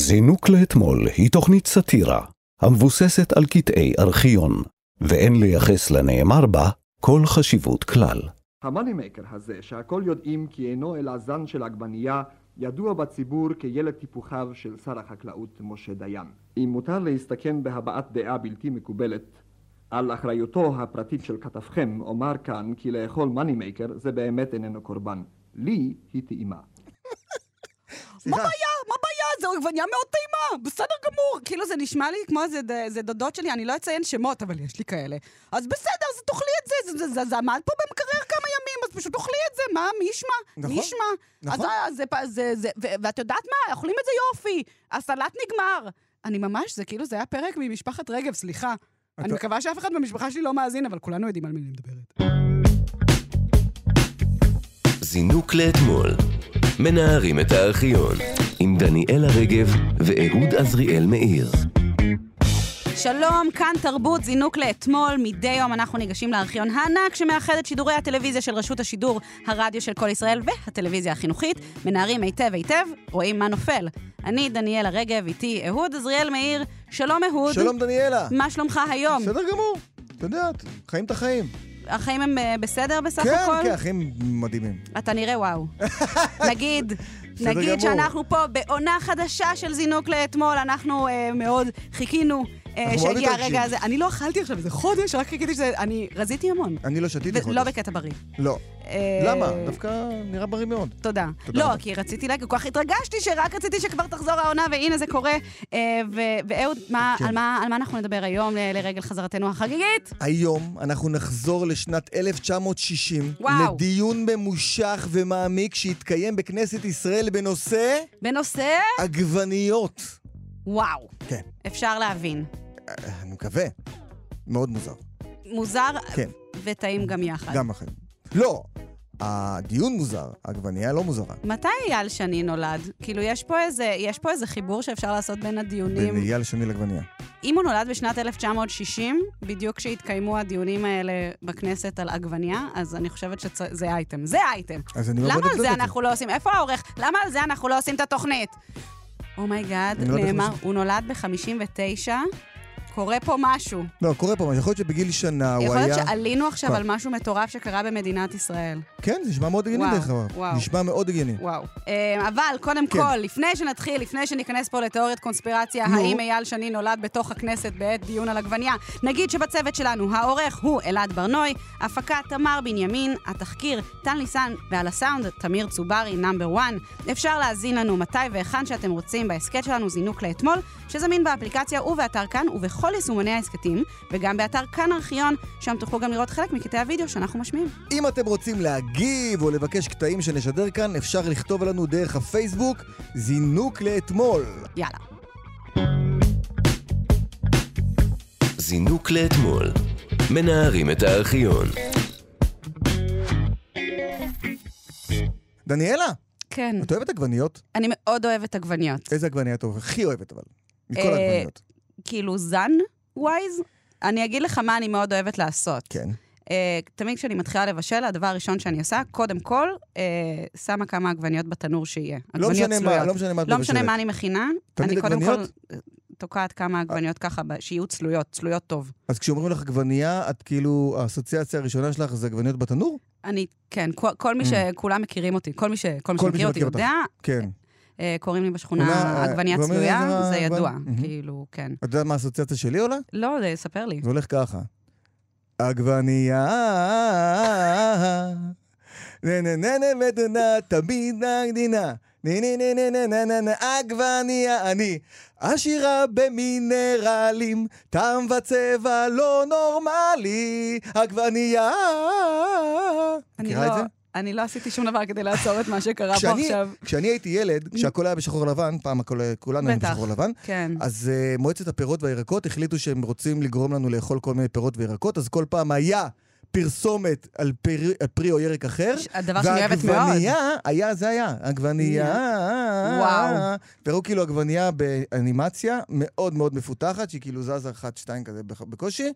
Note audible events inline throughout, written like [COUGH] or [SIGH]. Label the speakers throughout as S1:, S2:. S1: זינוק לאתמול היא תוכנית סאטירה המבוססת על קטעי ארכיון, ואין לייחס לנאמר בה כל חשיבות כלל.
S2: המאנימקר הזה, שהכל יודעים כי אינו אלא זן של עגבנייה, ידוע בציבור כילד טיפוחיו של שר החקלאות משה דיין. אם מותר להסתכן בהבעת דעה בלתי מקובלת, על אחריותו הפרטית של כתבכם אומר כאן כי לאכול מאנימקר זה באמת איננו קורבן. לי היא טעימה.
S3: מה הבעיה? מה הבעיה? זו עגבנייה מאוד טעימה, בסדר גמור. כאילו זה נשמע לי כמו זה, ד- זה דודות שלי, אני לא אציין שמות, אבל יש לי כאלה. אז בסדר, אז תאכלי את זה, זה, זה, זה, זה עמד פה במקרר כמה ימים, אז פשוט תאכלי את זה, מה, מי ישמע?
S4: נכון,
S3: מי ישמע?
S4: נכון.
S3: אז, אה, זה, פ- זה, זה, ו, ואת יודעת מה? אוכלים את זה יופי, הסלט נגמר. אני ממש, זה כאילו, זה היה פרק ממשפחת רגב, סליחה. אני מקווה שאף אחד במשפחה שלי לא מאזין, אבל כולנו יודעים על מי אני מדברת.
S5: זינוק לאתמול. מנערים את הארכיון. עם דניאלה רגב ואהוד עזריאל מאיר.
S3: שלום, כאן תרבות זינוק לאתמול. מדי יום אנחנו ניגשים לארכיון הענק שמאחד את שידורי הטלוויזיה של רשות השידור, הרדיו של כל ישראל והטלוויזיה החינוכית. מנערים היטב היטב, רואים מה נופל. אני דניאלה רגב, איתי אהוד עזריאל מאיר. שלום אהוד.
S4: שלום דניאלה.
S3: מה שלומך היום?
S4: בסדר גמור. את יודעת, חיים את החיים.
S3: החיים הם אה, בסדר בסך
S4: כן,
S3: הכל?
S4: כן, אחים מדהימים.
S3: אתה
S4: [LAUGHS]
S3: נראה וואו. נגיד,
S4: בסדר
S3: נגיד
S4: גמור.
S3: שאנחנו פה בעונה חדשה של זינוק לאתמול, אנחנו אה, מאוד חיכינו אה,
S4: אנחנו מאוד
S3: שיגיע
S4: מתרגשים.
S3: הרגע הזה. אני לא אכלתי עכשיו איזה חודש, רק חיכיתי שזה... אני רזיתי המון.
S4: אני לא שתיתי חודש.
S3: ולא בקטע בריא.
S4: לא.
S3: אה,
S4: למה? דווקא נראה בריא מאוד.
S3: תודה.
S4: תודה
S3: לא,
S4: רבה.
S3: כי רציתי להגיד, כל כך התרגשתי שרק רציתי שכבר תחזור העונה, והנה זה קורה. אה, ו- ואהוד,
S4: כן.
S3: מה- על מה על מה אנחנו נדבר היום ל- לרגל חזרתנו החגיגית?
S4: היום אנחנו נחזור לשנת 1960,
S3: וואו.
S4: לדיון ממושך ומעמיק שהתקיים בכנסת ישראל בנושא
S3: בנושא...
S4: עגבניות.
S3: וואו.
S4: כן.
S3: אפשר להבין.
S4: אה, אני מקווה. מאוד מוזר.
S3: מוזר
S4: כן.
S3: וטעים גם יחד.
S4: גם אחים. לא, הדיון מוזר, העגבנייה לא מוזרה.
S3: מתי אייל שני נולד? כאילו, יש פה איזה, יש פה איזה חיבור שאפשר לעשות בין הדיונים.
S4: בין אייל שני לעגבנייה.
S3: אם הוא נולד בשנת 1960, בדיוק כשהתקיימו הדיונים האלה בכנסת על עגבנייה, אז אני חושבת שזה אייטם. זה אייטם.
S4: אז אני לא
S3: למה
S4: בודק
S3: על
S4: את
S3: זה
S4: זה.
S3: אנחנו לא עושים? איפה העורך? למה על זה אנחנו לא עושים את התוכנית? אומייגאד,
S4: אני לא יודעת איך
S3: נאמר,
S4: לעשות.
S3: הוא נולד ב-59, קורה פה משהו.
S4: לא, קורה פה משהו. יכול להיות שבגיל שנה הוא
S3: יכול
S4: היה...
S3: להיות שעלינו עכשיו
S4: כן.
S3: על משהו מטורף שקרה במדינת ישראל.
S4: כן, זה נשמע מאוד הגיוני
S3: וואו,
S4: דרך אגב.
S3: וואו.
S4: נשמע מאוד הגיוני.
S3: וואו. אה, אבל קודם
S4: כן.
S3: כל, לפני שנתחיל, לפני שניכנס פה לתיאוריית קונספירציה,
S4: נו.
S3: האם אייל שני נולד בתוך הכנסת בעת דיון על עגבנייה? נגיד שבצוות שלנו העורך הוא אלעד ברנוי, הפקה תמר בנימין, התחקיר טל ניסן, ועל הסאונד תמיר צוברי, נאמבר 1. אפשר להזין לנו מתי והיכן שאתם רוצים בהסכת שלנו זינוק לאתמול, שזמין באפליקציה ובאתר כאן ובכל יישומוני ההסכתים, וגם באתר כאן ארכיון, שם תוכלו גם לראות חלק מקטעי הוידאו שאנחנו משמיעים.
S4: אם אתם רוצים להגיב או לבקש קטעים שנשדר כאן, אפשר לכתוב לנו דרך הפייסבוק זינוק לאתמול.
S3: יאללה.
S5: זינוק לאתמול. מנערים את הארכיון.
S4: דניאלה,
S3: כן.
S4: את אוהבת עגבניות?
S3: אני מאוד אוהבת עגבניות.
S4: איזה עגבנייה את אוהבת? הכי אוהבת אבל. מכל
S3: אה,
S4: העגבניות.
S3: כאילו זן ווייז, אני אגיד לך מה אני מאוד אוהבת לעשות.
S4: כן.
S3: אה, תמיד כשאני מתחילה לבשל, הדבר הראשון שאני עושה, קודם כל, אה, שמה כמה עגבניות בתנור שיהיה.
S4: לא
S3: עגבניות
S4: משנה
S3: צלויות.
S4: מה, לא משנה מה את
S3: לא משנה
S4: מבשלת.
S3: מה אני מכינה,
S4: תמיד
S3: אני קודם כל
S4: עגבניות?
S3: אה, תוקעת כמה עגבניות ככה, ב- שיהיו צלויות, צלויות טוב.
S4: אז כשאומרים לך עגבנייה, את כאילו, האסוציאציה הראשונה שלך זה עגבניות בתנור?
S3: אני, כן, כל, כל מי
S4: Mm.
S3: שכולם מכירים אותי, כל מי, ש, כל מי שמכיר אותי
S4: שמכיר אותך.
S3: יודע,
S4: כן.
S3: אה, קוראים לי
S4: עגבניה,
S3: בשכונה
S4: אה,
S3: עגבניה
S4: עגבניה
S3: צלויה,
S4: זה
S3: זה
S4: העגבנ-
S3: ידוע,
S4: מהמם.
S3: כאילו, כן.
S4: את יודעת מה האסוציאציה שלי עולה?
S3: לא, זה- ספר לי.
S4: זה הולך ככה. עגבנייה, נה נה נה נה מתונה, תמיד נגדינה. נה נה נה נה נה נה נה נה עגבנייה אני עשירה במינרלים, טעם וצבע לא נורמלי, עגבנייה.
S3: אני
S4: מכירה את
S3: לא-
S4: זה?
S3: אני לא עשיתי שום דבר כדי לעצור את מה שקרה פה
S4: כשאני,
S3: עכשיו.
S4: כשאני הייתי ילד, כשהכול היה בשחור לבן, פעם הכל, כולנו היינו
S3: בטח.
S4: בשחור לבן,
S3: כן.
S4: אז uh, מועצת הפירות והירקות החליטו שהם רוצים לגרום לנו לאכול כל מיני פירות וירקות, אז כל פעם היה פרסומת על פרי, על פרי או ירק אחר.
S3: ש- הדבר שאני אוהבת מאוד.
S4: והעגבנייה, היה, זה היה, עגבנייה.
S3: וואו.
S4: והראו כאילו עגבנייה באנימציה מאוד מאוד מפותחת, שהיא כאילו זזה אחת, שתיים כזה בכ- בקושי,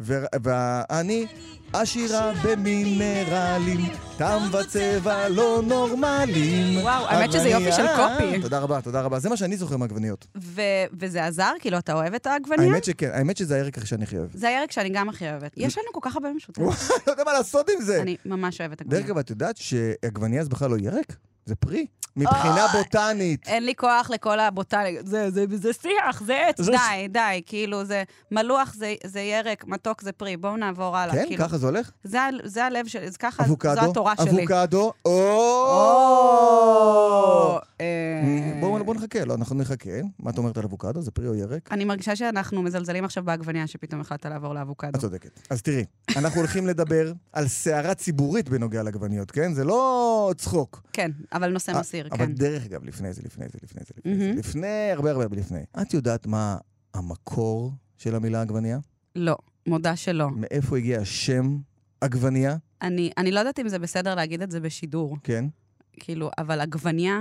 S4: ו- ואני עשירה במינרלים, טעם וצבע לא נורמליים.
S3: וואו, האמת שזה יופי של
S4: עגבנייה.
S3: קופי.
S4: תודה רבה, תודה רבה. זה מה שאני זוכר מעגבניות.
S3: ו- וזה עזר? כאילו, אתה אוהב את העגבנייה?
S4: האמת שכן, האמת שזה הירק הכי שאני הכי אוהב.
S3: זה הירק שאני גם הכי אוהבת. יש לנו כל כך הרבה משותף.
S4: לא יודע מה לעשות עם זה.
S3: אני ממש אוהבת
S4: דרך
S3: עגבנייה.
S4: אגב, את יודעת שעגבנייה זה בכלל לא ירק? זה פרי. מבחינה בוטנית.
S3: אין לי כוח לכל הבוטני, זה, זה, זה שיח, זה עץ,
S4: זה-
S3: די, די, כאילו, זה מלוח זה, זה ירק, מתוק זה פרי, בואו נעבור הלאה.
S4: כן,
S3: כאילו,
S4: ככה זה הולך?
S3: זה, ה- זה הלב שלי, זה ככה, זו
S4: אבוקדו,
S3: התורה שלי.
S4: אבוקדו,
S3: או,
S4: או!
S3: אה,
S4: בואו בואו נחכה, לא, אנחנו נחכה. מה את אומרת על אבוקדו? זה פרי או ירק?
S3: אני מרגישה שאנחנו מזלזלים עכשיו בעגבניה, שפתאום החלטת לעבור
S4: את
S3: לאבוקדו.
S4: צודקת. אז תראי, אנחנו הולכים לדבר על סערה ציבורית בנוגע לעגבניות, כן? זה לא צחוק.
S3: כן, אבל נושא מסיר,
S4: אה, אבל
S3: כן.
S4: דרך אגב, לפני זה, לפני זה, לפני זה, לפני זה,
S3: מהמם.
S4: לפני, הרבה הרבה לפני. את יודעת מה המקור של המילה עגבנייה?
S3: לא, מודה שלא.
S4: מאיפה הגיע השם עגבנייה?
S3: אני, אני לא יודעת אם זה בסדר להגיד את זה בשידור,
S4: כן.
S3: כאילו, אבל עגבניה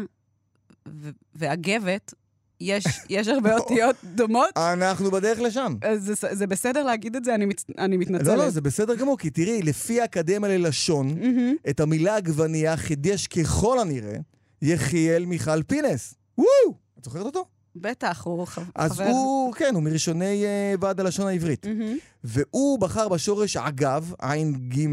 S3: ו- ואגבת,
S4: [LAUGHS]
S3: יש, יש
S4: לא.
S3: הרבה אותיות דומות,
S4: אנחנו בדרך לשם.
S3: אז זה, זה בסדר להגיד את זה, אני, מצ, אני מתנצלת.
S4: לא, לא, זה בסדר גמור, כי תראי, לפי האקדמיה ללשון,
S3: מהמם.
S4: את המילה עגבנייה חידש ככל הנראה יחיאל מיכל פינס. וואו! את זוכרת אותו?
S3: בטח, הוא ח- חבר.
S4: אז הוא, כן, הוא מראשוני אה, ועד הלשון העברית.
S3: מהמם.
S4: והוא בחר בשורש אגב, עין ג'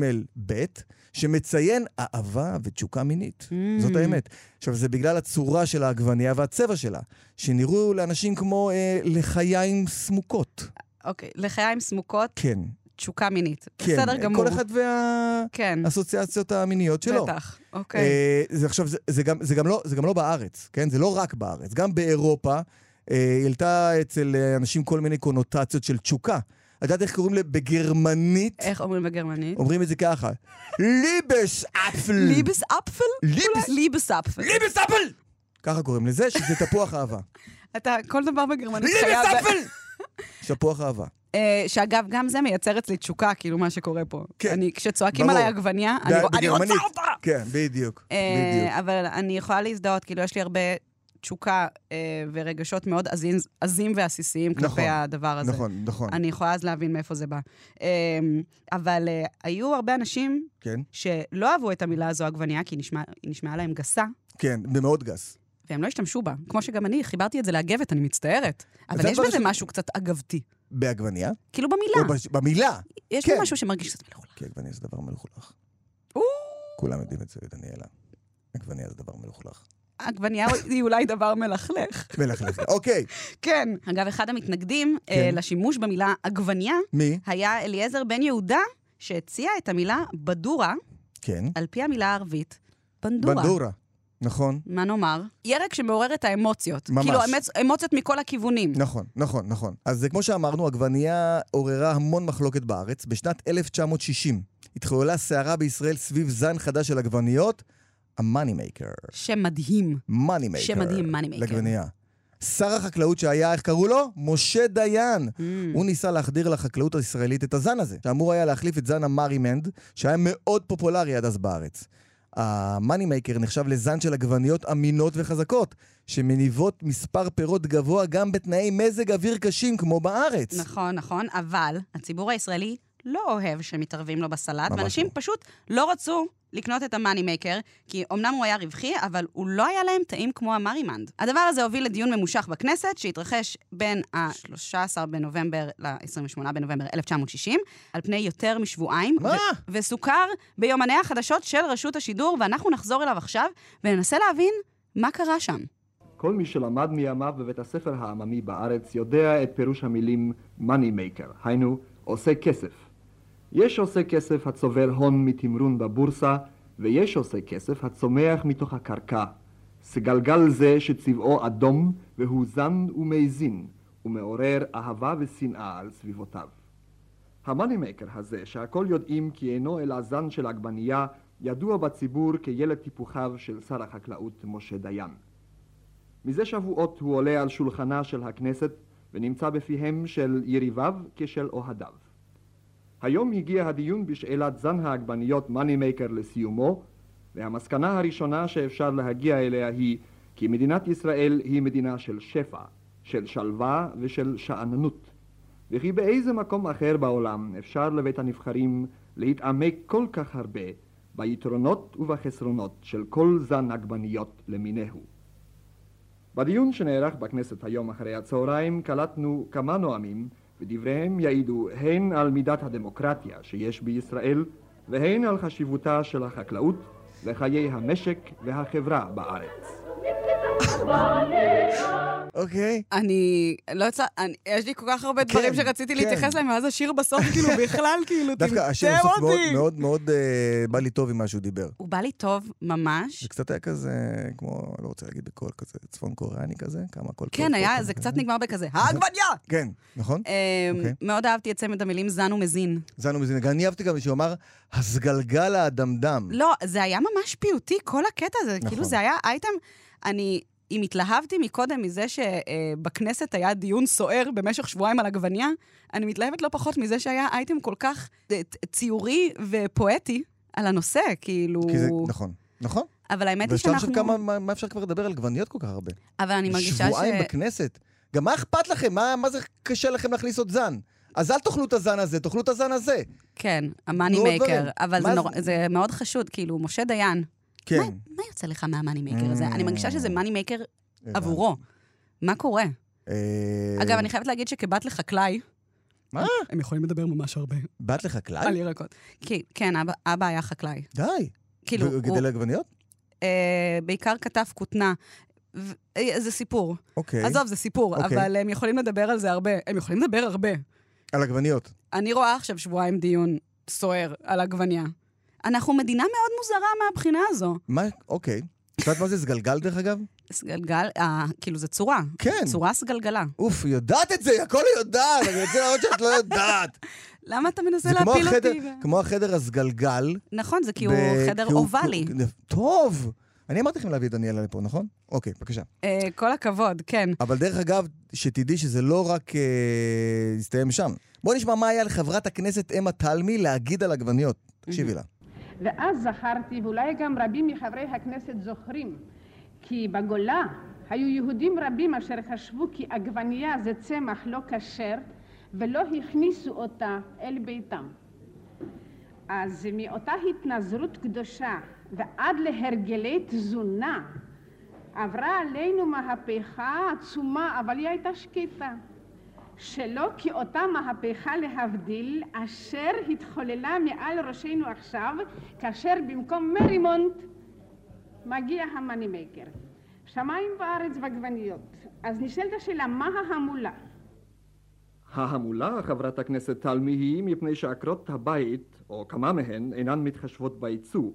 S4: ב', שמציין אהבה ותשוקה מינית.
S3: Mm.
S4: זאת האמת. עכשיו, זה בגלל הצורה של העגבנייה והצבע שלה, שנראו לאנשים כמו אה, לחיים סמוקות.
S3: אוקיי, לחיים סמוקות,
S4: כן.
S3: תשוקה מינית.
S4: כן.
S3: בסדר גמור.
S4: כל אחד והאסוציאציות
S3: כן,
S4: המיניות שלו.
S3: בטח, אוקיי.
S4: אה, זה עכשיו, זה, זה, גם, זה, גם לא, זה גם לא בארץ, כן? זה לא רק בארץ. גם באירופה, אה, היא העלתה אצל אה, אנשים כל מיני קונוטציות של תשוקה. את יודעת איך קוראים לזה בגרמנית?
S3: איך אומרים בגרמנית?
S4: אומרים את זה ככה. ליבס אפל.
S3: ליבס אפפל?
S4: ליבס-
S3: ליבס אפפל.
S4: ליבס אפל! ככה קוראים לזה, שזה תפוח
S3: [LAUGHS]
S4: אהבה.
S3: אתה, כל דבר בגרמנית
S4: ליבס
S3: חייב...
S4: אפל!
S3: [LAUGHS]
S4: תפוח אהבה.
S3: אה, שאגב, גם זה מייצר אצלי תשוקה, כאילו, מה שקורה פה.
S4: כן.
S3: אני, כשצועקים
S4: ברור.
S3: עליי עגבניה, אני
S4: ב-
S3: רוא- אני רוצה
S4: בגרמנית.
S3: אותה!
S4: כן, בדיוק.
S3: אה,
S4: בדיוק.
S3: אבל אני יכולה להזדהות, כאילו, יש לי הרבה תשוקה אה, ורגשות מאוד עזים- עזים ועסיסיים
S4: נכון,
S3: כלפי הדבר הזה.
S4: נכון, נכון.
S3: אני יכולה אז להבין מאיפה זה בא. אה, אבל אה, היו הרבה אנשים
S4: כן,
S3: שלא אהבו את המילה הזו עגבנייה, כי היא נשמע- היא נשמעה להם גסה.
S4: כן, במאוד גס.
S3: והם לא השתמשו בה. כמו שגם אני, חיברתי את זה לאגבת, אני מצטערת. אבל
S4: זה
S3: יש
S4: הדבר
S3: בזה
S4: ש-
S3: משהו קצת אגבתי.
S4: בעגבניה?
S3: כאילו
S4: או
S3: במילה.
S4: בש- במילה.
S3: יש
S4: כן.
S3: פה משהו שמרגיש קצת מלוכלך.
S4: כי עגבניה זה דבר מלוכלך.
S3: או,
S4: כולם יודעים את זה, דניאלה. עגבניה זה דבר מלוכלך.
S3: עגבנייה היא אולי דבר מלכלך.
S4: מלכלך.
S3: [LAUGHS]
S4: אוקיי,
S3: כן. אגב, אחד המתנגדים אה,
S4: כן.
S3: לשימוש במילה עגבנייה
S4: מי?
S3: היה אליעזר בן יהודה, שהציע את המילה בדורה,
S4: כן.
S3: על פי המילה הערבית, בנדורה.
S4: בנדורה. נכון,
S3: מה נאמר? ירק שמעורר את האמוציות.
S4: ממש.
S3: כאילו, אמוצ- אמוציות מכל הכיוונים.
S4: נכון, נכון, נכון. אז זה כמו שאמרנו, עגבנייה עוררה המון מחלוקת בארץ. בשנת 1960 התחוללה סערה בישראל סביב זן חדש של עגבניות, המאני מייקר.
S3: שם מדהים.
S4: מאני מייקר.
S3: שם מדהים, money maker.
S4: לעגבנייה. שר החקלאות שהיה, איך קראו לו? משה דיין.
S3: Mm.
S4: הוא ניסה להחדיר לחקלאות הישראלית את הזן הזה, שאמור היה להחליף את זן המארימנד, שהיה מאוד פופולרי עד אז בארץ. המאני מייקר נחשב לזן של עגבניות אמינות וחזקות, שמניבות מספר פירות גבוה גם בתנאי מזג אוויר קשים כמו בארץ.
S3: נכון, נכון, אבל הציבור הישראלי לא אוהב שמתערבים לו בסלט,
S4: ממש
S3: ואנשים
S4: לא.
S3: פשוט לא רצו לקנות את המאני מייקר, כי אמנם הוא היה רווחי, אבל הוא לא היה להם טעים כמו המרימנד. הדבר הזה הוביל לדיון ממושך בכנסת, שהתרחש בין ה-13 בנובמבר ל-28 בנובמבר 1960, על פני יותר משבועיים.
S4: מה?
S3: ו- וסוכר ביומני החדשות של רשות השידור, ואנחנו נחזור אליו עכשיו, וננסה להבין מה קרה שם.
S2: כל מי שלמד מימיו בבית הספר העממי בארץ יודע את פירוש המילים money maker, היינו עושה כסף. יש עושה כסף הצובר הון מתמרון בבורסה, ויש עושה כסף הצומח מתוך הקרקע. סגלגל זה שצבעו אדום, והוא זן ומזין, ומעורר אהבה ושנאה על סביבותיו. המאני מייקר הזה, שהכל יודעים כי אינו אלא זן של עגבנייה, ידוע בציבור כילד טיפוחיו של שר החקלאות משה דיין. מזה שבועות הוא עולה על שולחנה של הכנסת ונמצא בפיהם של יריביו כשל אוהדיו. היום הגיע הדיון בשאלת זן העגבניות מאני מייקר לסיומו, והמסקנה הראשונה שאפשר להגיע אליה היא כי מדינת ישראל היא מדינה של שפע, של שלווה ושל שאננות. וכי באיזה מקום אחר בעולם אפשר לבית הנבחרים להתעמק כל כך הרבה ביתרונות ובחסרונות של כל זן עגבניות למיניהו. בדיון שנערך בכנסת היום אחרי הצהריים קלטנו כמה נואמים ודבריהם יעידו הן על מידת הדמוקרטיה שיש בישראל והן על חשיבותה של החקלאות לחיי המשק והחברה בארץ.
S4: אוקיי?
S3: אני לא יצא, אני- יש לי כל כך הרבה
S4: כן,
S3: דברים שרציתי
S4: כן.
S3: להתייחס להם, ואז השיר בסוף כאילו
S4: [LAUGHS]
S3: בכלל כאילו
S4: דווקא השיר
S3: טמטם
S4: בסוף מאוד
S3: אותי.
S4: מאוד מאוד אה, בא לי טוב עם מה שהוא דיבר.
S3: הוא בא לי טוב ממש.
S4: זה קצת היה כזה, כמו, לא רוצה להגיד בקול כזה, צפון קוריאני כזה, כמה קול
S3: כן,
S4: קול-
S3: היה,
S4: קול-
S3: זה
S4: קול-
S3: קצת נגמר בכזה, העגבניה!
S4: כן, נכון?
S3: אה,
S4: אוקיי.
S3: מאוד אהבתי את צמד המילים זן ומזין.
S4: זנו מזינג. אני אהבתי גם שהוא אמר, הסגלגל האדמדם.
S3: לא, זה היה ממש פיוטי, כל הקטע הזה.
S4: נכון.
S3: כאילו, זה היה אייטם... אני... אם התלהבתי מקודם מזה שבכנסת היה דיון סוער במשך שבועיים על עגבנייה, אני מתלהבת לא פחות מזה שהיה אייטם כל כך אה, ט- ציורי ופואטי על הנושא, כאילו...
S4: כי זה, נכון. נכון.
S3: אבל האמת היא
S4: ואפשר
S3: שאנחנו...
S4: לחשוב כמה, מה, מה אפשר כבר לדבר על עגבניות כל כך הרבה?
S3: אבל אני מרגישה ש...
S4: שבועיים בכנסת. גם מה אכפת לכם? מה, מה זה קשה לכם להכניס עוד זן? אז אל תאכלו את הזן הזה, תאכלו את הזן הזה.
S3: כן, המאני
S4: נו, דברים.
S3: מייקר. אבל זה
S4: לא, מה
S3: נורא-
S4: זה-
S3: זה מאוד חשוד, כאילו, משה דיין,
S4: כן.
S3: מה יוצא לך מהמאני מייקר הזה?
S4: Mm. כן.
S3: אני מרגישה שזה מאני מייקר
S4: הבנתי.
S3: עבורו. מה קורה?
S4: אה,
S3: אגב, אני חייבת להגיד שכבת לחקלאי...
S4: מה?
S3: הם יכולים לדבר ממש הרבה
S4: בת
S3: על
S4: לחקלאי?
S3: ירקות. כי- כן, אבא- אבא היה חקלאי.
S4: די.
S3: כאילו,
S4: הוא
S3: הוא
S4: גידל עגבניות?
S3: אה, בעיקר כתב כותנה. ו- אה, זה סיפור.
S4: אוקיי.
S3: עזוב, זה סיפור,
S4: אוקיי.
S3: אבל הם יכולים לדבר על זה הרבה. הם יכולים לדבר הרבה.
S4: על עגבניות.
S3: אני רואה עכשיו שבועיים דיון סוער על עגבניה. אנחנו מדינה מאוד מוזרה מהבחינה הזו.
S4: מה, אוקיי. את יודעת מה זה סגלגל דרך אגב?
S3: סגלגל, אה, כאילו זה צורה.
S4: כן.
S3: צורה סגלגלה.
S4: אוף, יודעת את זה, הכל יודעת, אני רוצה להראות שאת לא
S3: [LAUGHS]
S4: יודעת.
S3: למה אתה מנסה
S4: זה כמו
S3: להפיל
S4: החדר,
S3: אותי?
S4: כמו החדר הסגלגל.
S3: נכון, זה כי הוא
S4: ב-
S3: חדר
S4: כי הוא-
S3: אובלי.
S4: טוב. אני אמרתי לכם להביא את דניאלה לפה, נכון? אוקיי, בבקשה.
S3: אה, כל הכבוד, כן.
S4: אבל דרך אגב, שתדעי שזה לא רק אה, הסתיים שם. בואו נשמע מה היה לחברת הכנסת אמה תלמי להגיד על עגבניות.
S3: Mhm.
S4: תקשיבי לה.
S6: ואז זכרתי, ואולי גם רבים מחברי הכנסת זוכרים, כי בגולה היו יהודים רבים אשר חשבו כי עגבנייה זה צמח לא כשר, ולא הכניסו אותה אל ביתם. אז מאותה התנזרות קדושה ועד להרגלי תזונה עברה עלינו מהפכה עצומה, אבל היא הייתה שקטה. שלא כי אותה מהפכה להבדיל אשר התחוללה מעל ראשינו עכשיו, כאשר במקום מרימונט מגיע המאני מייקר. שמיים וארץ ועגבניות. אז נשאלת השאלה, מה ההמולה?
S2: ההמולה, חברת הכנסת תלמי, היא מפני שעקרות הבית, או כמה מהן, אינן מתחשבות בייצוא.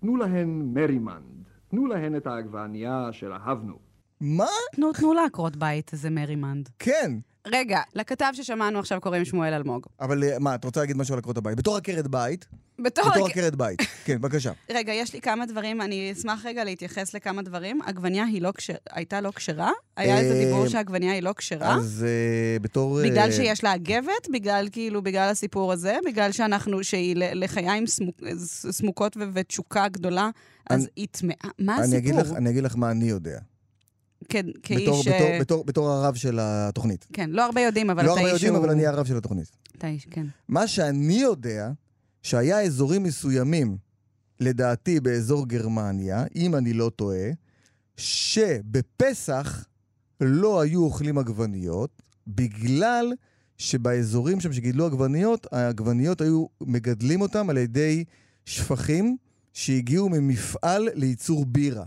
S2: תנו להן מרימנד, תנו להן את העגבנייה אשר אהבנו.
S4: מה?
S3: תנו, תנו לעקרות בית איזה מרימנד.
S4: כן.
S3: רגע, לכתב ששמענו עכשיו קוראים שמואל אלמוג.
S4: אבל אה, מה, את רוצה להגיד משהו על עקרות הבית? בתור עקרת בית?
S3: בתור...
S4: בתור עקרת בית. כן, בבקשה.
S3: רגע, יש לי כמה דברים, אני אשמח רגע להתייחס לכמה דברים. עגבניה היא לא כשר... הייתה לא כשרה? היה איזה
S4: אה,
S3: דיבור שהעגבניה היא לא כשרה?
S4: אז אה, בתור... אה,
S3: בגלל שיש לה אגבת? בגלל כאילו, בגלל הסיפור הזה? בגלל שאנחנו, שהיא ל- לחיים סמוק, ס- סמוקות ו- ותשוקה גדולה, אז
S4: אני-
S3: היא טמאה? מה
S4: אני אגיד
S3: הסיפור?
S4: לך- אני אגיד לך מה אני יודע.
S3: כ- כאיש...
S4: בתור-
S3: אה,
S4: בתור- בתור- בתור הרב של התוכנית.
S3: כן, לא הרבה יודעים, אבל
S4: לא
S3: אתה
S4: הרבה
S3: איש
S4: יודעים,
S3: שהוא...
S4: אבל אני הרב של התוכנית.
S3: אתה איש, כן.
S4: מה שאני יודע, שהיה אזורים מסוימים, לדעתי באזור גרמניה, אם אני לא טועה, שבפסח לא היו אוכלים עגבניות, בגלל שבאזורים שם שגידלו עגבניות, העגבניות היו מגדלים אותם על ידי שפכים שהגיעו ממפעל לייצור בירה.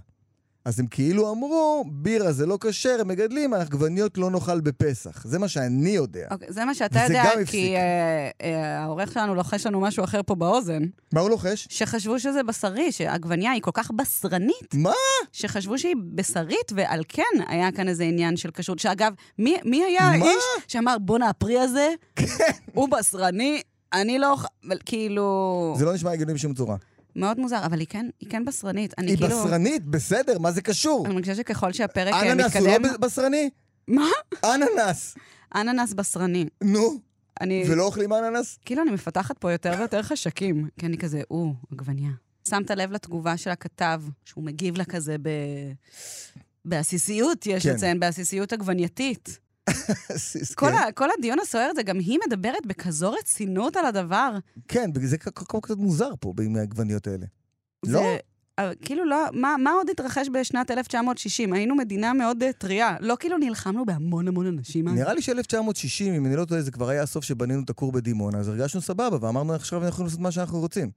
S4: אז הם כאילו אמרו, בירה זה לא כשר, הם מגדלים, עגבניות לא נאכל בפסח. זה מה שאני יודע.
S3: אוקיי, זה מה שאתה
S4: וזה
S3: יודע,
S4: גם הפסיק.
S3: כי אה, אה, העורך שלנו לוחש לנו משהו אחר פה באוזן,
S4: מה הוא לוחש?
S3: שחשבו שזה בשרי, שעגבניה היא כל כך בשרנית,
S4: מה?
S3: שחשבו שהיא בשרית, ועל כן היה כאן איזה עניין של כשרות. שאגב, מי, מי היה
S4: מה?
S3: האיש שאמר, בואנה, הפרי הזה,
S4: כן.
S3: הוא בשרני, אני לא... אוכ-" אבל כאילו...
S4: זה לא נשמע הגיוני בשום צורה.
S3: מאוד מוזר, אבל היא כן, היא כן בשרנית. אני
S4: היא
S3: כאילו...
S4: בשרנית, בסדר, מה זה קשור?
S3: אני מרגישה שככל שהפרק אה,
S4: אננס הוא
S3: מתקדם...
S4: לא בשרני?
S3: מה?
S4: אננס.
S3: אננס בשרני.
S4: נו,
S3: אני...
S4: ולא אוכלים אננס? [LAUGHS]
S3: כאילו, אני מפתחת פה יותר ויותר חשקים. כי אני כזה, או, עגבניה. שמת לב לתגובה של הכתב, שהוא מגיב לה כזה ב... בעסיסיות, יש
S4: כן. כן.
S3: לציין, בעסיסיות עגבנייתית.
S4: סיסקי.
S3: כל, ה, כל הדיון הסוער הזה, גם היא מדברת בכזו רצינות על הדבר.
S4: כן, בגלל זה הכל קצת מוזר פה עם העגבניות האלה. לא?
S3: זה, אה, כאילו לא, מה, מה עוד התרחש בשנת 1960? היינו מדינה מאוד אה, טריה. לא כאילו נלחמנו בהמון המון אנשים. אז?
S4: נראה לי ש-1960, אם אני לא טועה, זה כבר היה הסוף שבנינו את הכור בדימונה, אז הרגשנו סבבה, ואמרנו עכשיו אנחנו יכולים לעשות מה שאנחנו רוצים.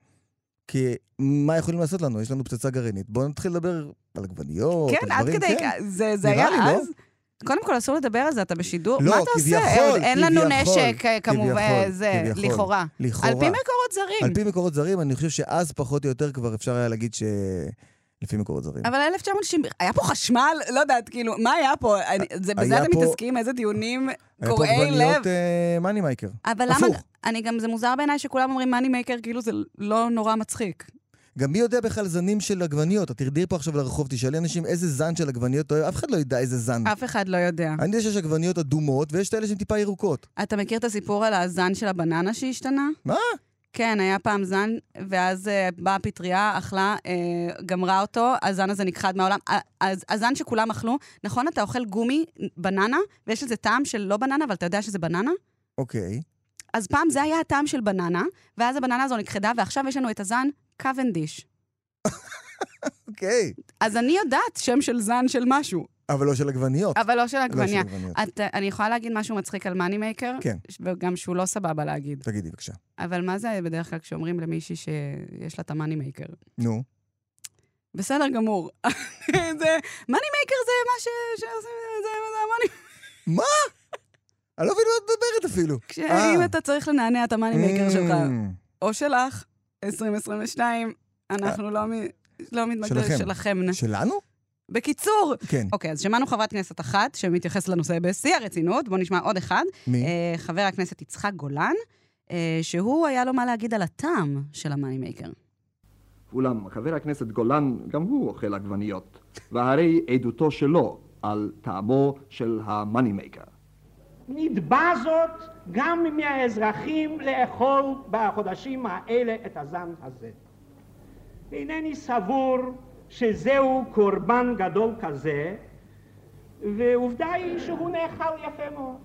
S4: כי מה יכולים לעשות לנו? יש לנו פצצה גרעינית. בואו נתחיל לדבר על עגבניות,
S3: כן,
S4: על
S3: עד
S4: דברים,
S3: כדי...
S4: כן.
S3: כ- זה, זה היה
S4: נראה לי, לא?
S3: אז? קודם כל, אסור לדבר על זה, אתה בשידור.
S4: לא,
S3: מה אתה עושה?
S4: כביכול,
S3: עוד אין לנו
S4: כביכול,
S3: נשק, אה, כמובן,
S4: כביכול,
S3: זה,
S4: כביכול.
S3: לכאורה.
S4: לכאורה.
S3: על פי מקורות זרים.
S4: על פי מקורות זרים, אני חושב שאז פחות או יותר כבר אפשר היה להגיד ש... לפי מקורות זרים.
S3: אבל 1960, היה פה חשמל? לא יודעת, כאילו, מה היה פה? אני, זה, בזה
S4: היה
S3: אתם
S4: פה-
S3: מתעסקים? איזה דיונים
S4: היה פה
S3: קורעי לב?
S4: עגבניות אה, מאני מייקר.
S3: אבל למה...
S4: הפוך.
S3: אני גם, זה מוזר בעיניי שכולם אומרים מאני מייקר, כאילו זה לא נורא מצחיק.
S4: Mm. גם מי יודע בכלל זנים של עגבניות? את תרדי פה עכשיו לרחוב, תשאלי אנשים איזה זן של עגבניות אתה אוהב, אף אחד לא ידע איזה זן.
S3: אף אחד לא יודע.
S4: אני יודע שיש עגבניות אדומות, ויש את האלה שהן טיפה ירוקות.
S3: אתה מכיר את הסיפור על הזן של הבננה שהשתנה?
S4: מה?
S3: כן, היה פעם זן, ואז אה, באה הפטריה, אכלה, אה, גמרה אותו, הזן הזה נכחד מהעולם. ה- הז- הזן שכולם אכלו, נכון, אתה אוכל גומי, בננה, ויש לזה טעם של לא בננה, אבל אתה יודע שזה בננה?
S4: אוקיי.
S3: אז פעם זה היה הטעם של בננה, ואז הבננה הזו נכחדה, ועכשיו יש לנו את הזן קוונדיש.
S4: אוקיי.
S3: אז אני יודעת שם של זן של משהו,
S4: אבל לא של עגבניות.
S3: אבל לא של
S4: לא של
S3: עגבניה.
S4: עגבניות.
S3: את- אה, אני יכולה להגיד משהו מצחיק על מאני מייקר?
S4: כן.
S3: ש- וגם שהוא לא סבבה להגיד.
S4: תגידי, בבקשה.
S3: אבל מה זה בדרך כלל כשאומרים למישהי שיש לה את המאני מייקר?
S4: נו.
S3: בסדר גמור. [LAUGHS] זה, מאני מייקר זה מה ש... שעושים, זה זה
S4: אה.
S3: המאני...
S4: מה? אני לא מבין מה את מדברת אפילו. Mm.
S3: כשאם
S4: אה.
S3: אתה צריך לנענע את המאני מייקר שלך, או שלך, 2022, אנחנו לא מ- לא מתמקדים,
S4: אה. שלכם.
S3: שלכם.
S4: Mm, שלנו?
S3: בקיצור,
S4: כן.
S3: אוקיי, אז שמענו חברת כנסת אחת שמתייחסת לנושא בשיא הרצינות, בואו נשמע עוד אחד,
S4: מי?
S3: אה, חבר הכנסת יצחק גולן, אה, שהוא היה לו מה להגיד על הטעם של המאני מייקר.
S2: אולם חבר הכנסת גולן, גם הוא אוכל עגבניות, והרי עדותו שלו על טעמו של המאני מייקר.
S7: נתבע זאת גם מהאזרחים לאכול בחודשים האלה את הזן הזה. ואינני סבור שזהו קורבן גדול כזה, ועובדה היא שהוא נאכל יפה מאוד.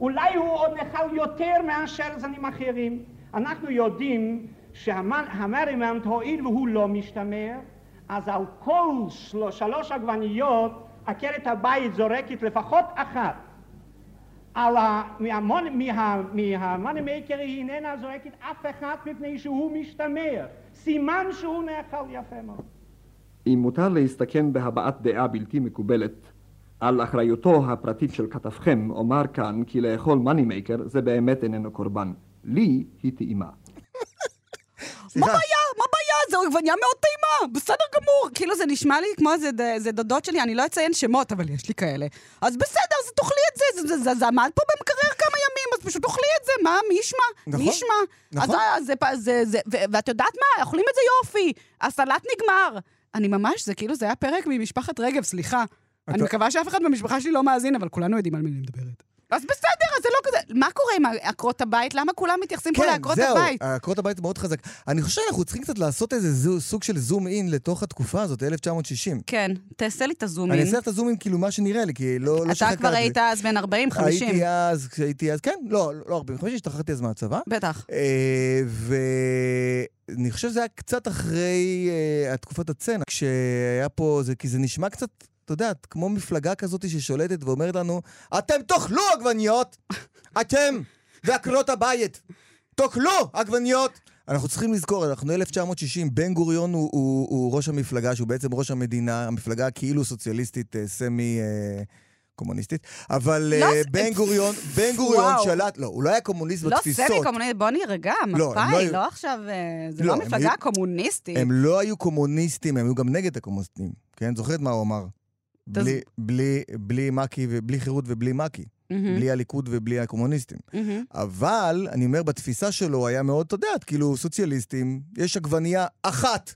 S7: אולי הוא עוד נאכל יותר מאשר זנים אחרים. אנחנו יודעים שהמרימנט, הואיל והוא לא משתמר, אז על כל של- שלוש עגבניות עקרת הבית זורקת לפחות אחת. על ה... מהמון... מה... מהמאני מייקר היא איננה זורקת אף אחת מפני שהוא משתמר. סימן שהוא נאכל יפה מאוד.
S2: אם מותר להסתכן בהבעת דעה בלתי מקובלת על אחריותו הפרטית של כתבכם, אומר כאן כי לאכול מאני מייקר זה באמת איננו קורבן. לי היא טעימה.
S3: מה
S4: סליחה.
S3: הבעיה? מה הבעיה? זו עגבניה מאוד טעימה, בסדר גמור. כאילו זה נשמע לי כמו זה, ד- זה דודות שלי, אני לא אציין שמות, אבל יש לי כאלה. אז בסדר, אז תאכלי את זה, זה, זה, זה, זה עמד פה במקרר כמה ימים, אז פשוט תאכלי את זה, מה, מי ישמע?
S4: נכון,
S3: מי ישמע?
S4: נכון.
S3: אז, אז זה, פ- זה, זה, ו- ואת יודעת מה, אוכלים את זה יופי, הסלט נגמר. אני ממש, זה כאילו, זה היה פרק ממשפחת רגב, סליחה. אני מקווה שאף אחד במשפחה שלי לא מאזין, אבל כולנו יודעים על מי אני מדברת. אז בסדר, אז זה לא כזה... מה קורה עם עקרות הבית? למה כולם מתייחסים פה לעקרות
S4: כן, זהו,
S3: הבית?
S4: עקרות הבית מאוד חזק. אני חושב שאנחנו צריכים קצת לעשות איזה זו- סוג של זום אין לתוך התקופה הזאת, 1960.
S3: כן, תעשה לי את הזום
S4: אני
S3: אין.
S4: אעשה את הזום אין כאילו מה שנראה לי, כי לא לא
S3: אתה
S4: שחקרתי.
S3: כבר היית אז בן 40-50.
S4: הייתי אז, כשהייתי אז, כן, לא, לא הרבה, חמישי השתחררתי אז מהצבא.
S3: בטח.
S4: אה, ואני חושב שזה היה קצת אחרי אה, תקופת הצנע, כשהיה פה, זה, כי זה נשמע קצת, אתה יודעת, כמו מפלגה כזאת ששולטת ואומרת לנו, אתם תאכלו עגבניות! אתם ועקרות הבית! תאכלו עגבניות! אנחנו צריכים לזכור, אנחנו 1960, בן גוריון הוא, הוא, הוא ראש המפלגה, שהוא בעצם ראש המדינה, המפלגה הכאילו סוציאליסטית, אה, סמי... אה, קומוניסטית, אבל
S3: לא,
S4: אה,
S3: זה-
S4: בן גוריון, בן גוריון
S3: וואו.
S4: שלט, לא, הוא לא היה קומוניסט
S3: לא
S4: בתפיסות.
S3: סמי קומוניסט, בוא נירגע,
S4: לא, הם לא
S3: מפא"י,
S4: היו-
S3: לא עכשיו... אה, זה
S4: לא,
S3: לא
S4: הם
S3: מפלגה
S4: היו-
S3: קומוניסטית.
S4: הם לא היו קומוניסטים, הם היו גם נגד הקומוניסטים, כן? זוכרת מה הוא אמר?
S3: תס-
S4: בלי, בלי, בלי מק"י, ו- בלי חירות ובלי מק"י.
S3: מהמם,
S4: בלי הליכוד ובלי הקומוניסטים.
S3: מהמם.
S4: אבל, אני אומר, בתפיסה שלו היה מאוד, אתה יודעת, כאילו, סוציאליסטים, יש עגבנייה אחת.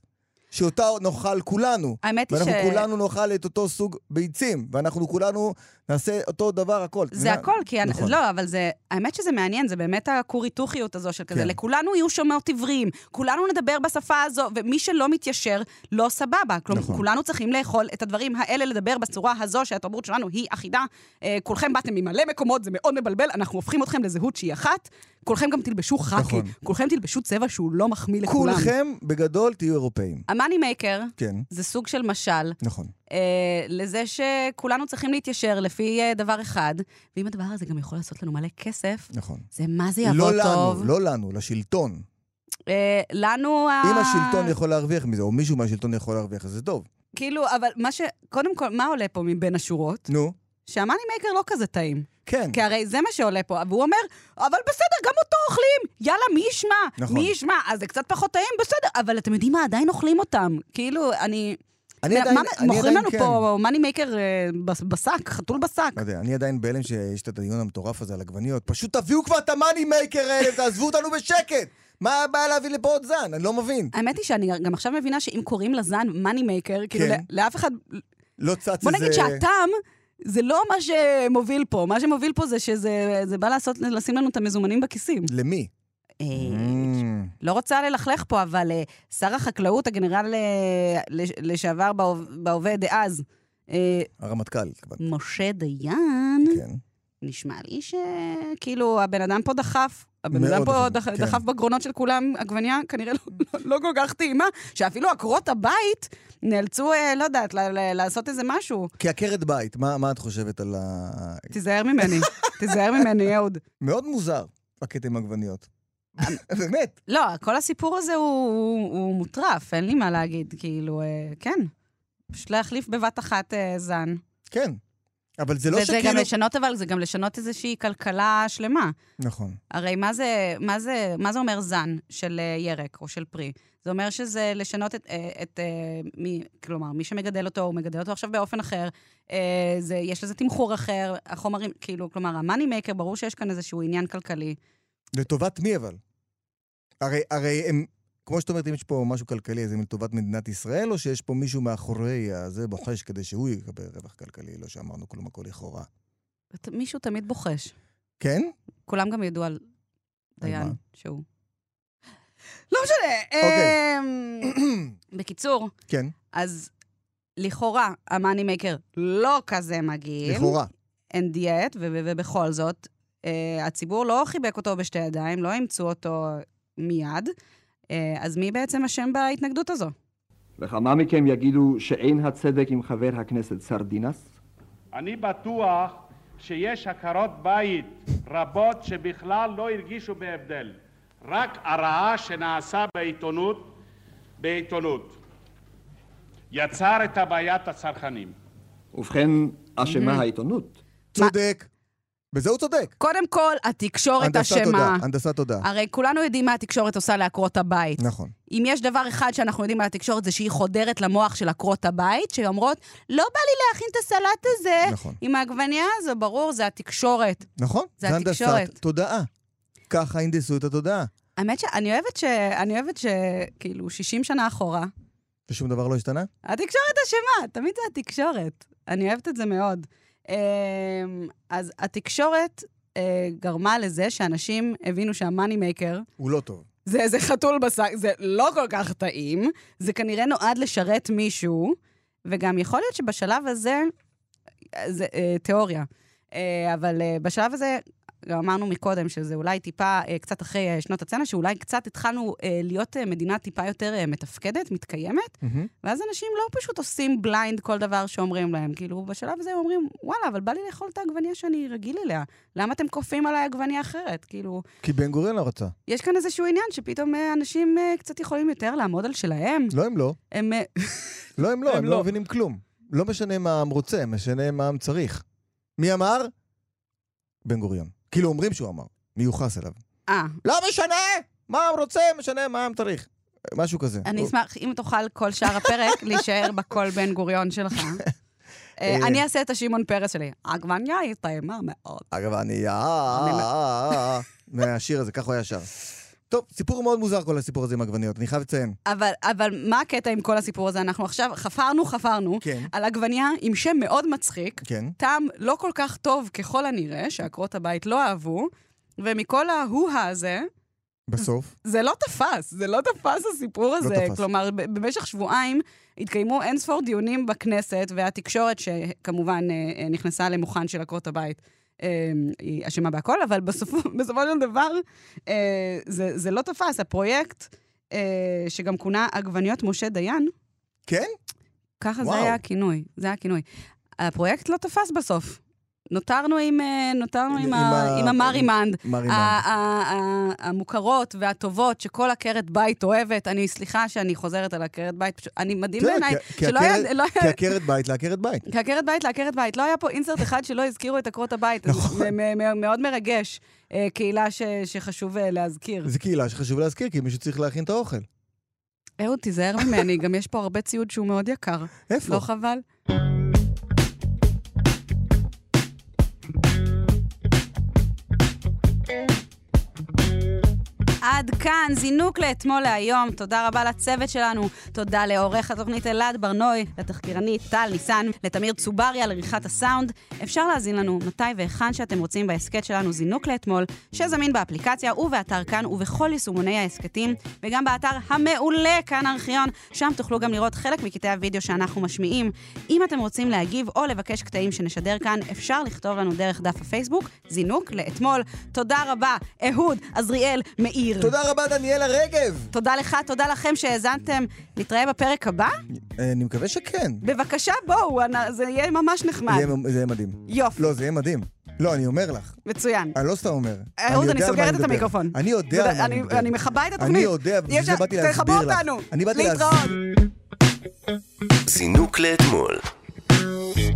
S4: שאותה נאכל כולנו.
S3: האמת היא
S4: ואנחנו
S3: ש-
S4: כולנו נאכל את אותו סוג ביצים, ואנחנו כולנו נעשה אותו דבר הכל.
S3: זה הכל, כי...
S4: נכון.
S3: נכון. לא, אבל זה... האמת שזה מעניין, זה באמת הכוריתוכיות הזו של כזה.
S4: כן.
S3: כן. לכולנו יהיו שמות עבריים, כולנו נדבר בשפה הזו, ומי שלא מתיישר, לא סבבה. כלומר,
S4: נכון.
S3: נכון. כולנו צריכים לאכול את הדברים האלה, לדבר בצורה הזו, שהתרבות שלנו היא אחידה. אה, כולכם באתם ממלא מקומות, זה מאוד מבלבל, אנחנו הופכים אתכם לזהות שהיא אחת. כולכם גם תלבשו חאקי,
S4: נכון.
S3: נכון. כולכם תלבשו צבע שהוא לא מחמיא לכולם.
S4: כולכם בגדול תהיו אירופאים.
S3: המאני מייקר
S4: כן,
S3: זה סוג של משל
S4: נכון.
S3: אה, לזה שכולנו צריכים להתיישר לפי אה, דבר אחד, ואם הדבר הזה גם יכול לעשות לנו מלא כסף,
S4: נכון.
S3: זה מה זה יבוא
S4: לא
S3: טוב.
S4: לנו, לא לנו, לשלטון.
S3: אה, לנו ה...
S4: אם השלטון יכול להרוויח מזה, או מישהו מהשלטון יכול להרוויח, אז זה טוב.
S3: כאילו, אבל מה ש... קודם כל, מה עולה פה מבין השורות?
S4: נו,
S3: שהמאני מייקר לא כזה טעים.
S4: כן.
S3: כי הרי זה מה שעולה פה. והוא אומר, אבל בסדר, גם אותו אוכלים. יאללה, מי ישמע?
S4: נכון.
S3: מי ישמע? אז זה קצת פחות טעים, בסדר. אבל אתם יודעים מה? עדיין אוכלים אותם. כאילו, אני...
S4: אני
S3: מה-
S4: עדיין-
S3: מה-
S4: אני
S3: מוכרים
S4: עדיין
S3: לנו
S4: כן.
S3: פה מאני מייקר אה, בס- בשק, חתול בשק.
S4: לא יודע, אני עדיין בהלם שיש את הדיון המטורף הזה על עגבניות. פשוט תביאו כבר את המאני מייקר האלה, תעזבו אותנו בשקט! מה הבעיה להביא לפה עוד זן? אני לא מבין.
S3: האמת היא שאני גם עכשיו מבינה שאם קוראים לזן מאני מייקר, כאילו
S4: כן.
S3: לא- לאף אחד...
S4: לא צץ איזה...
S3: בוא נגיד שהטעם... זה לא מה שמוביל פה, מה שמוביל פה זה שזה זה בא לעשות, לשים לנו את המזומנים בכיסים.
S4: למי?
S3: אה,
S4: Mm,
S3: לא רוצה ללכלך פה, אבל אה, שר החקלאות, הגנרל אה, לש- לשעבר בהו- בהווה דאז, אה,
S4: הרמטכ"ל, התכוונתי.
S3: משה דיין,
S4: כן.
S3: נשמע לי שכאילו הבן אדם פה דחף. הבן
S4: מאוד
S3: אדם פה
S4: דחף,
S3: דח,
S4: כן.
S3: דחף בגרונות של כולם עגבניה, כנראה לא, לא, לא כל כך טעימה, שאפילו עקרות הבית נאלצו, אה, לא יודעת, ל- ל- לעשות איזה משהו.
S4: כי עקרת בית, מה מה את חושבת על ה...
S3: תיזהר
S4: [LAUGHS]
S3: ממני, תיזהר ממני, אהוד.
S4: מאוד מוזר, הקטע עם עגבניות.
S3: אה.
S4: [LAUGHS] באמת.
S3: לא, כל הסיפור הזה הוא, הוא, הוא מוטרף, אין לי מה להגיד, כאילו, אה, כן. פשוט להחליף בבת אחת אה, זן.
S4: כן. אבל זה לא
S3: וזה גם
S4: שכאילו...
S3: לשנות, אבל זה גם לשנות איזושהי כלכלה שלמה.
S4: נכון.
S3: הרי מה זה, מה זה, מה זה אומר זן של אה, ירק או של פרי? זה אומר שזה לשנות את, אה, את אה, מי, כלומר, מי שמגדל אותו, הוא מגדל אותו עכשיו באופן אחר, אה, זה, יש לזה תמחור אחר, החומרים, כאילו, כלומר, המאני מייקר, ברור שיש כאן איזשהו עניין כלכלי.
S4: לטובת מי אבל? הרי, הרי הם, כמו שאת אומרת, אם יש פה משהו כלכלי, אז זה לטובת מדינת ישראל, או שיש פה מישהו מאחורי הזה בוחש כדי שהוא יקבל רווח כלכלי, לא שאמרנו כלום הכל לכאורה.
S3: ת- מישהו תמיד בוחש.
S4: כן?
S3: כולם גם ידעו על
S4: על
S3: דיין
S4: מה?
S3: שהוא. לא משנה.
S4: אוקיי.
S3: אמ, בקיצור,
S4: כן,
S3: אז לכאורה המאני מייקר לא כזה מגעיל.
S4: לכאורה.
S3: אין דיאט, ו- ו- ובכל זאת, אה, הציבור לא חיבק אותו בשתי ידיים, לא אימצו אותו מיד. אה, אז מי בעצם אשם בהתנגדות הזו?
S2: וכמה מכם יגידו שאין הצדק עם חבר הכנסת סרדינס?
S8: אני בטוח שיש עקרות בית רבות שבכלל לא הרגישו בהבדל, רק הרעה שנעשה בעיתונות, בעיתונות, יצר את הבעיית הצרכנים.
S2: ובכן, אשמה העיתונות.
S4: צודק. בזה הוא צודק.
S3: קודם כל, התקשורת
S4: הנדסת תודעה,
S3: אשמה.
S4: הנדסת תודעה.
S3: הרי כולנו יודעים מה התקשורת עושה לעקרות הבית.
S4: נכון.
S3: אם יש דבר אחד שאנחנו יודעים על התקשורת, זה שהיא חודרת למוח של עקרות הבית, שאומרות, לא בא לי להכין את הסלט הזה
S4: נכון.
S3: עם העגבנייה הזו, ברור, זה התקשורת.
S4: נכון?
S3: זה התקשורת.
S4: הנדסת תודעה. ככה הנדסו את התודעה.
S3: האמת שאני אוהבת ש... אני אוהבת ש... כאילו, 60 שנה אחורה,
S4: ושום דבר לא השתנה?
S3: התקשורת אשמה, תמיד זה התקשורת. אני אוהבת את זה מאוד. אמ, אז התקשורת אה, גרמה לזה שאנשים הבינו שהמאני מייקר
S4: הוא לא טוב.
S3: זה איזה חתול בשק, זה לא כל כך טעים, זה כנראה נועד לשרת מישהו, וגם יכול להיות שבשלב הזה, זה אה, תיאוריה, אה, אבל אה, בשלב הזה, גם אמרנו מקודם שזה אולי טיפה, אה, קצת אחרי אה, שנות הצנע, שאולי קצת התחלנו אה, להיות אה, מדינה טיפה יותר אה, מתפקדת, מתקיימת,
S4: מהמם.
S3: ואז אנשים לא פשוט עושים בליינד כל דבר שאומרים להם. כאילו, בשלב הזה הם אומרים, וואלה, אבל בא לי לאכול את העגבניה שאני רגיל אליה, למה אתם כופים עליי עגבניה אחרת? כאילו...
S4: כי בן גוריון לא רצה.
S3: יש כאן איזשהו עניין שפתאום אה, אנשים אה, קצת יכולים יותר לעמוד על שלהם.
S4: לא, הם לא.
S3: הם... אה,
S4: לא, הם לא,
S3: הם
S4: הם לא
S3: לא.
S4: מבינים כלום. לא משנה מה העם רוצה, משנה מה העם צריך. מי אמר? בן גוריון. כאילו אומרים שהוא אמר, מיוחס אליו.
S3: אה,
S4: לא משנה מה העם רוצה, משנה מה העם צריך. משהו כזה.
S3: אני
S4: הוא-
S3: אשמח אם תוכל כל שאר הפרק להישאר בקול בן גוריון שלך. אה,
S4: אה,
S3: אני אעשה את השמעון פרס שלי. העגבניה היא טעימה מאוד.
S4: אגב, אני... אה,
S3: אני
S4: מהשיר הזה, ככה הוא היה שר. טוב, סיפור מאוד מוזר כל הסיפור הזה עם עגבניות, אני חייב לציין.
S3: אבל, אבל מה הקטע עם כל הסיפור הזה? אנחנו עכשיו חפרנו, חפרנו,
S4: כן.
S3: על עגבנייה עם שם מאוד מצחיק,
S4: כן.
S3: טעם לא כל כך טוב ככל הנראה, שעקרות הבית לא אהבו, ומכל ההוא-הא הזה,
S4: בסוף,
S3: זה לא תפס, זה לא תפס הסיפור הזה.
S4: תפס.
S3: כלומר, ב- במשך שבועיים התקיימו אין ספור דיונים בכנסת, והתקשורת, שכמובן אה, אה, נכנסה למוכן של עקרות הבית, אה, היא אשמה בהכל, אבל בסופו, [LAUGHS] בסופו של דבר אה, זה, זה לא תפס. הפרויקט, אה, שגם כונה עגבניות משה דיין,
S4: כן?
S3: ככה
S4: וואו.
S3: זה היה הכינוי, זה היה הכינוי. הפרויקט לא תפס בסוף. נותרנו עם, אה, נותרנו עם,
S4: עם
S3: עם,
S4: ה-
S3: ה... עם המרימנד,
S4: מרימה.
S3: ה- ה- ה- המוכרות והטובות שכל עקרת בית אוהבת. אני, סליחה שאני חוזרת על עקרת בית, פשוט- אני מדהים
S4: תראה,
S3: בעיניי,
S4: כן, לא, כי- כי
S3: שלא היה...
S4: עקרת-
S3: לא
S4: כי
S3: היה-
S4: עקרת בית לעקרת בית.
S3: כעקרת בית לעקרת בית, לא היה פה אינסרט אחד שלא הזכירו את עקרות הבית. אז
S4: נכון.
S3: זה מ- מ- מאוד מרגש, אה, קהילה ש- שחשוב אה, להזכיר.
S4: זו קהילה שחשוב להזכיר, כי מישהו צריך להכין את האוכל.
S3: אהוד, אה, תיזהר ממני, גם יש פה הרבה ציוד שהוא מאוד יקר.
S4: איפה?
S3: לא חבל? עד כאן זינוק לאתמול להיום. תודה רבה לצוות שלנו. תודה לעורך התוכנית אלעד ברנוי, לתחקירנית טל ניסן, לתמיר צוברי על עריכת הסאונד. אפשר להזין לנו מתי והיכן שאתם רוצים בהסכת שלנו זינוק לאתמול, שזמין באפליקציה ובאתר כאן ובכל יישומוני ההסכתים, וגם באתר המעולה כאן ארכיון, שם תוכלו גם לראות חלק מקטעי הוידאו שאנחנו משמיעים. אם אתם רוצים להגיב או לבקש קטעים שנשדר כאן, אפשר לכתוב לנו דרך דף הפייסבוק, זינוק לאתמול. תודה רבה, אהוד, עזריאל, מאיר.
S4: תודה רבה, דניאלה רגב!
S3: תודה לך, תודה לכם שהאזנתם. נתראה בפרק הבא?
S4: אה, אני מקווה שכן.
S3: בבקשה, בואו, אנ- זה יהיה ממש נחמד.
S4: זה יהיה- זה יהיה מדהים.
S3: יופי,
S4: לא, זה יהיה מדהים. לא, אני אומר לך.
S3: מצוין.
S4: אני לא סתם אומר.
S3: אה, אהוד,
S4: יודע
S3: אני
S4: על מה
S3: סוגרת את
S4: מדבר.
S3: המיקרופון.
S4: אני יודע על מה אני
S3: אני-
S4: מדבר.
S3: אני מכבה את התוכנית.
S4: אני יודע,
S3: אי
S4: בשביל זה
S3: אפשר-
S4: באתי להסביר לך.
S3: תכבו אותנו.
S4: אני באתי להסביר.
S3: להתראות.
S4: אני באתי להסביר.
S3: להתראות.
S5: זינוק לאתמול.